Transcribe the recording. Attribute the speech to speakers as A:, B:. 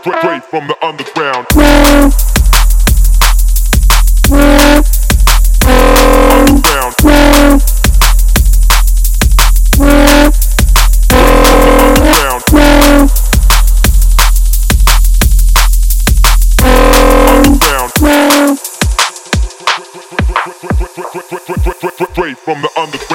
A: straight from the underground. Underground. Underground. Underground. Straight from the underground.